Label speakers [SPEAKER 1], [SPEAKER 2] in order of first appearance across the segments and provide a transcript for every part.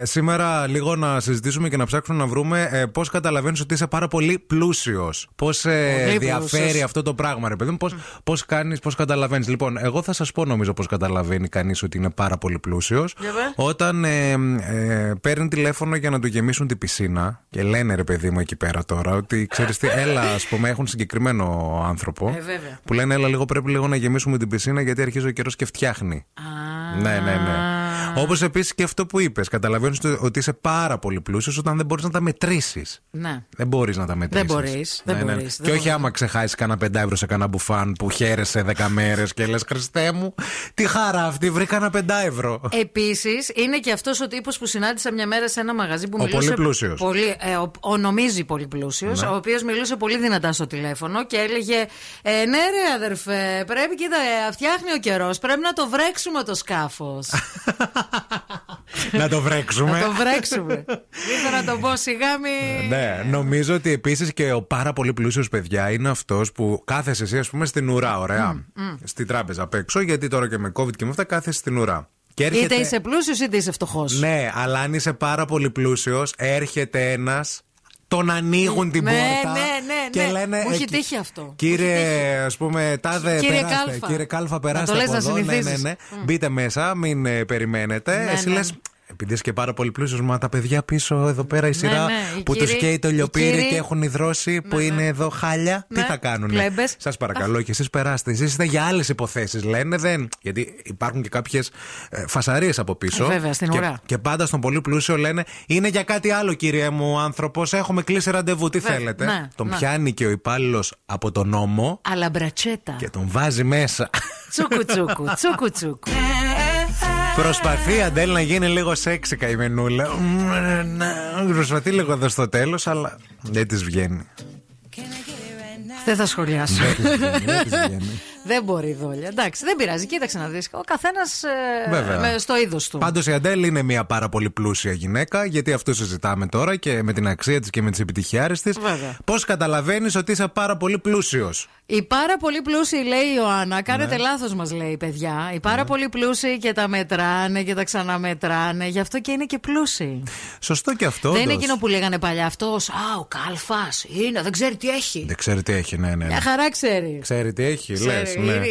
[SPEAKER 1] Ε, Σήμερα λίγο να συζητήσουμε και να ψάξουμε να βρούμε ε, πώς καταλαβαίνεις ότι είσαι πάρα πολύ πλούσιος. Πώς ε,
[SPEAKER 2] Πολύ
[SPEAKER 1] διαφέρει
[SPEAKER 2] πλούσιος.
[SPEAKER 1] αυτό το πράγμα, ρε παιδί μου, πώς πώς κάνεις, πώς καταλαβαίνεις. Λοιπόν, εγώ θα σας πω νομίζω πώς καταλαβαίνει κανείς ότι είναι πάρα πολύ πλούσιος.
[SPEAKER 2] Για πες.
[SPEAKER 1] Όταν ε, ε, παίρνει τηλέφωνο για να του γεμίσουν την πισίνα και λένε ρε παιδί μου εκεί πέρα τώρα ότι ξέρεις τι, έλα, ας πούμε, έχουν συγκεκριμένο άνθρωπο.
[SPEAKER 2] Ε, βέβαια.
[SPEAKER 1] που λένε, έλα λίγο πρέπει λίγο να γεμίσουμε την πισίνα γιατί αρχίζει ο καιρός και φτιάχνει. Ναι, ναι, ναι. Όπως επίσης και αυτό που είπες. Καταλαβαίνεις ότι είσαι πάρα πολύ πλούσιος όταν δεν μπορείς να τα μετρήσεις.
[SPEAKER 2] Ναι.
[SPEAKER 1] Δεν μπορείς να τα μετρήσεις.
[SPEAKER 2] μπορείς, δεν μπορείς,
[SPEAKER 1] Και
[SPEAKER 2] δεν
[SPEAKER 1] όχι
[SPEAKER 2] μπορείς.
[SPEAKER 1] άμα ξεχάσεις κανένα πεντάευρο σε κανένα μπουφάν που χαίρεσαι δέκα μέρες και λες Χριστέ μου, τι χαρά αυτή, βρήκα ένα πεντάευρο.
[SPEAKER 2] Επίσης, είναι και αυτός ο τύπος που συνάντησα μια μέρα σε ένα μαγαζί που
[SPEAKER 1] Ο
[SPEAKER 2] μιλούσε.
[SPEAKER 1] πολύ πλούσιος.
[SPEAKER 2] Πολύ, ε, ο, ο νομίζει πολύ πλούσιος,
[SPEAKER 1] Ναι.
[SPEAKER 2] ο οποίος μιλούσε πολύ δυνατά στο τηλέφωνο και έλεγε ε, Ναι, ρε αδερφέ, πρέπει, κοίτα, ε, φτιάχνει ο καιρός. Πρέπει να το βρέξουμε το σκάφος.
[SPEAKER 1] να το
[SPEAKER 2] να
[SPEAKER 1] βρέξουμε.
[SPEAKER 2] το βρέξουμε. Ήθελα να το πω σιγά, μη.
[SPEAKER 1] Ναι, νομίζω ότι επίσης και ο πάρα πολύ πλούσιος παιδιά είναι αυτός που κάθεσαι εσύ, ας πούμε, στην ουρά, ωραία. Στην τράπεζα απ' έξω, γιατί τώρα και με COVID και με αυτά κάθεσαι στην ουρά. Και
[SPEAKER 2] Είτε
[SPEAKER 1] έρχεται-
[SPEAKER 2] είσαι πλούσιος είτε είσαι φτωχός.
[SPEAKER 1] Ναι, αλλά αν είσαι πάρα πολύ πλούσιος, έρχεται ένας. Τον ανοίγουν την
[SPEAKER 2] Ναι,
[SPEAKER 1] πόρτα.
[SPEAKER 2] ναι, ναι,
[SPEAKER 1] Και
[SPEAKER 2] ναι.
[SPEAKER 1] λένε,
[SPEAKER 2] Μου έχει
[SPEAKER 1] «Ε, κύ-
[SPEAKER 2] τύχει αυτό.
[SPEAKER 1] Κύριε,
[SPEAKER 2] Μου έχει
[SPEAKER 1] ας πούμε, τάδε,
[SPEAKER 2] Κύριε
[SPEAKER 1] περάστε.
[SPEAKER 2] Κάλφα.
[SPEAKER 1] Κύριε Κάλφα,
[SPEAKER 2] Να το
[SPEAKER 1] περάστε.
[SPEAKER 2] λες
[SPEAKER 1] από
[SPEAKER 2] να
[SPEAKER 1] εδώ. Ναι, ναι,
[SPEAKER 2] συνηθίζεις. Mm.
[SPEAKER 1] ναι. Μπείτε μέσα, μην ε, περιμένετε.
[SPEAKER 2] Ναι,
[SPEAKER 1] Εσύ
[SPEAKER 2] ναι.
[SPEAKER 1] λες, επειδή είσαι και πάρα πολύ πλούσιος, μα τα παιδιά πίσω εδώ πέρα η σειρά
[SPEAKER 2] ναι, οι
[SPEAKER 1] που τους
[SPEAKER 2] κύριοι-
[SPEAKER 1] καίει το
[SPEAKER 2] οι
[SPEAKER 1] λιοπύρι
[SPEAKER 2] κύριοι-
[SPEAKER 1] και έχουν υδρώσει, που είναι εδώ χάλια,
[SPEAKER 2] Ναι,
[SPEAKER 1] τι θα κάνουν.
[SPEAKER 2] κλέμπες.
[SPEAKER 1] Σας παρακαλώ και εσείς περάστε. Εσεί είστε για άλλες υποθέσεις, λένε. Δεν. Γιατί υπάρχουν και κάποιες φασαρίες από πίσω.
[SPEAKER 2] Ε, βέβαια, στην
[SPEAKER 1] και,
[SPEAKER 2] ουρά.
[SPEAKER 1] και πάντα στον πολύ πλούσιο λένε Είναι για κάτι άλλο, κύριε μου άνθρωπος. Έχουμε κλείσει ραντεβού. Τι
[SPEAKER 2] Βέβαια,
[SPEAKER 1] θέλετε.
[SPEAKER 2] ναι,
[SPEAKER 1] τον
[SPEAKER 2] ναι.
[SPEAKER 1] πιάνει και ο υπάλληλος από τον νόμο
[SPEAKER 2] Αλλά μπρατσέτα.
[SPEAKER 1] και τον βάζει μέσα.
[SPEAKER 2] Τσούκου τσούκου, τσούκου τσούκου.
[SPEAKER 1] Προσπαθεί αντέλ να γίνει λίγο σεξι καημενούλα. Μμμ, ε, να- Προσπαθεί λίγο εδώ στο τέλος, αλλά δεν της βγαίνει.
[SPEAKER 2] Δεν θα σχολιάσω.
[SPEAKER 1] Δεν της βγαίνει, δεν της βγαίνει.
[SPEAKER 2] Δεν μπορεί η δόλια. Εντάξει, δεν πειράζει. Κοίταξε να δεις. Ο καθένας
[SPEAKER 1] Βέβαια.
[SPEAKER 2] στο είδος του.
[SPEAKER 1] Πάντως η Αντέλ είναι μια πάρα πολύ πλούσια γυναίκα, γιατί αυτό συζητάμε τώρα και με την αξία της και με τις επιτυχιάρες της.
[SPEAKER 2] Βέβαια.
[SPEAKER 1] Πώς καταλαβαίνεις ότι είσαι πάρα πολύ πλούσιος.
[SPEAKER 2] Οι πάρα πολύ πλούσιοι, λέει η Ιωάννα,
[SPEAKER 1] Ναι.
[SPEAKER 2] κάνετε λάθος λάθος, μας λέει παιδιά. Οι πάρα πολύ πλούσιοι και τα μετράνε και τα ξαναμετράνε. Γι' αυτό και είναι και πλούσιοι.
[SPEAKER 1] Σωστό και αυτό.
[SPEAKER 2] Δεν είναι
[SPEAKER 1] όντως.
[SPEAKER 2] εκείνο που λέγανε παλιά αυτός. Α, ο κάλφας είναι, δεν ξέρει τι έχει.
[SPEAKER 1] Δεν ξέρει τι έχει, ναι, ναι. ναι.
[SPEAKER 2] Μια χαρά ξέρει.
[SPEAKER 1] Ξέρει τι έχει, λε.
[SPEAKER 2] Ξέρει,
[SPEAKER 1] Ναι.
[SPEAKER 2] είναι-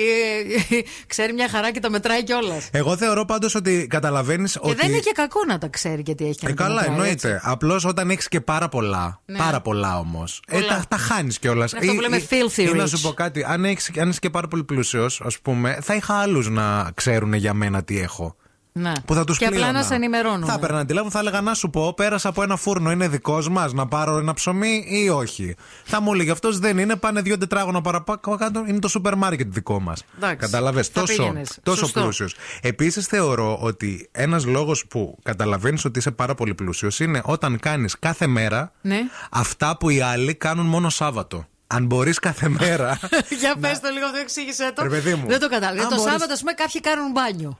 [SPEAKER 2] ε, ξέρει μια χαρά και τα μετράει κιόλας.
[SPEAKER 1] Εγώ θεωρώ πάντως ότι καταλαβαίνεις ότι.
[SPEAKER 2] Και Ε, δεν είναι και κακό να τα ξέρει γιατί έχει και
[SPEAKER 1] Ε,
[SPEAKER 2] να τα
[SPEAKER 1] καλά,
[SPEAKER 2] μετράει, έτσι.
[SPEAKER 1] εννοείται. Απλώς όταν έχεις και πάρα πολλά.
[SPEAKER 2] Ναι.
[SPEAKER 1] Πάρα πολλά όμως. Ε,
[SPEAKER 2] Πολλά.
[SPEAKER 1] τα τα χάνεις κιόλας.
[SPEAKER 2] Είναι αυτό που λέμε filthy
[SPEAKER 1] Ή να
[SPEAKER 2] rich.
[SPEAKER 1] σου πω κάτι. Αν, έχεις, αν είσαι και πάρα πολύ πλούσιος, ας πούμε, θα είχα άλλους να ξέρουν για μένα τι έχω.
[SPEAKER 2] Ναι.
[SPEAKER 1] Που θα τους
[SPEAKER 2] Και απλά να σε ενημερώνουν.
[SPEAKER 1] Θα παίρναν τηλέφωνο, θα έλεγα να σου πω, πέρασα από ένα φούρνο, είναι δικός μας, να πάρω ένα ψωμί ή όχι. Θα μου έλεγε αυτός δεν είναι, πάνε δύο τετράγωνα παραπάνω, είναι το σούπερ μάρκετ δικό μας.
[SPEAKER 2] Εντάξει.
[SPEAKER 1] Καταλαβέ.
[SPEAKER 2] Θα
[SPEAKER 1] Τόσο,
[SPEAKER 2] πήγαινες.
[SPEAKER 1] τόσο
[SPEAKER 2] Σωστό.
[SPEAKER 1] πλούσιος. Επίσης θεωρώ ότι ένας λόγος που καταλαβαίνεις ότι είσαι πάρα πολύ πλούσιος είναι όταν κάνεις κάθε μέρα
[SPEAKER 2] Ναι.
[SPEAKER 1] αυτά που οι άλλοι κάνουν μόνο Σάββατο. Αν μπορείς κάθε μέρα.
[SPEAKER 2] Για πες το λίγο, δεν εξήγησε το.
[SPEAKER 1] Ρε παιδί μου.
[SPEAKER 2] Δεν το κατάλαβα.
[SPEAKER 1] Αν
[SPEAKER 2] Το
[SPEAKER 1] μπορείς-
[SPEAKER 2] Σάββατο, ας πούμε, κάποιοι κάνουν μπάνιο.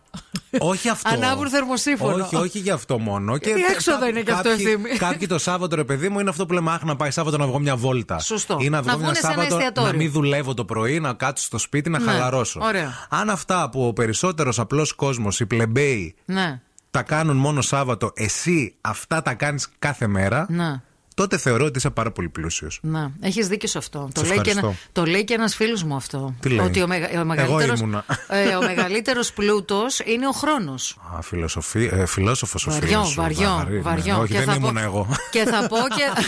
[SPEAKER 1] Όχι αυτό.
[SPEAKER 2] Ανάβουν θερμοσύφωνο.
[SPEAKER 1] Όχι, όχι για αυτό μόνο. Και
[SPEAKER 2] Τι
[SPEAKER 1] κα-
[SPEAKER 2] έξοδο
[SPEAKER 1] κά-
[SPEAKER 2] είναι και αυτό,
[SPEAKER 1] κάποιοι-
[SPEAKER 2] ευθύμη.
[SPEAKER 1] Κάποιοι το Σάββατο, ρε παιδί μου, είναι αυτό που λέμε Αχ, να πάει Σάββατο να βγω μια βόλτα.
[SPEAKER 2] Σωστό.
[SPEAKER 1] Ή να
[SPEAKER 2] Να
[SPEAKER 1] βγω
[SPEAKER 2] βγουνε
[SPEAKER 1] μια
[SPEAKER 2] σε ένα
[SPEAKER 1] Σάββατο να
[SPEAKER 2] εστιατόριο.
[SPEAKER 1] μην δουλεύω το πρωί, να κάτσω στο σπίτι, να
[SPEAKER 2] Ναι.
[SPEAKER 1] χαλαρώσω.
[SPEAKER 2] Ωραία.
[SPEAKER 1] Αν αυτά που ο περισσότερος απλός κόσμος, οι πλεμπέοι,
[SPEAKER 2] Ναι.
[SPEAKER 1] τα κάνουν μόνο Σάββατο, εσύ αυτά τα κάνεις κάθε μέρα.
[SPEAKER 2] Ναι.
[SPEAKER 1] Τότε θεωρώ ότι είσαι πάρα πολύ πλούσιος.
[SPEAKER 2] Να, έχεις δίκιο σε αυτό. Το
[SPEAKER 1] Σε
[SPEAKER 2] λέει, και
[SPEAKER 1] ευχαριστώ.
[SPEAKER 2] ένα, το λέει και ένας φίλος μου αυτό.
[SPEAKER 1] Τι λέει?
[SPEAKER 2] Ότι ο, μεγα, ο μεγαλύτερος,
[SPEAKER 1] ήμουνα.
[SPEAKER 2] ε, ο μεγαλύτερος πλούτος είναι ο χρόνος.
[SPEAKER 1] Α, φιλοσοφή, ε, φιλόσοφος ο φίλος
[SPEAKER 2] Βαριό,
[SPEAKER 1] σου.
[SPEAKER 2] βαριό,
[SPEAKER 1] Βαρύ, ναι.
[SPEAKER 2] βαριό.
[SPEAKER 1] Όχι, δεν
[SPEAKER 2] θα πω-
[SPEAKER 1] ήμουν εγώ.
[SPEAKER 2] Και θα πω και...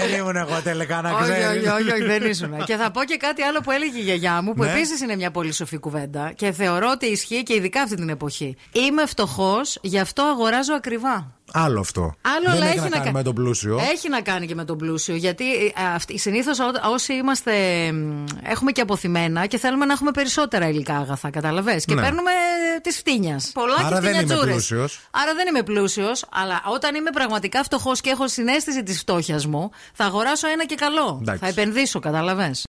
[SPEAKER 1] δεν ήμουν εγώ τελικά να
[SPEAKER 2] όχι,
[SPEAKER 1] ξέρεις.
[SPEAKER 2] όχι, όχι, όχι, δεν ήσουν. και θα πω και κάτι άλλο που έλεγε η γιαγιά μου, που
[SPEAKER 1] Ναι.
[SPEAKER 2] επίσης είναι μια πολύ σοφή κουβέντα και θεωρώ ότι ισχύει και ειδικά αυτή την εποχή. Είμαι φτωχός, γι' αυτό αγοράζω ακριβά.
[SPEAKER 1] Άλλο αυτό.
[SPEAKER 2] Άλλο,
[SPEAKER 1] δεν
[SPEAKER 2] αλλά
[SPEAKER 1] έχει,
[SPEAKER 2] έχει
[SPEAKER 1] να, κάνει
[SPEAKER 2] κα-
[SPEAKER 1] με τον πλούσιο.
[SPEAKER 2] Έχει να κάνει και με τον πλούσιο. Γιατί ε, συνήθω όσοι είμαστε. μ, έχουμε και αποθυμένα και θέλουμε να έχουμε περισσότερα υλικά αγαθά, καταλαβες Και
[SPEAKER 1] Ναι.
[SPEAKER 2] παίρνουμε τη φτύνιας. Πολλά
[SPEAKER 1] Άρα
[SPEAKER 2] και
[SPEAKER 1] δεν είμαι
[SPEAKER 2] φτύνιατζούρες.
[SPEAKER 1] πλούσιος.
[SPEAKER 2] Άρα δεν είμαι πλούσιος, αλλά όταν είμαι πραγματικά φτωχός και έχω συνέστηση της φτώχειας μου, θα αγοράσω ένα και καλό.
[SPEAKER 1] Εντάξει.
[SPEAKER 2] Θα επενδύσω, καταλαβες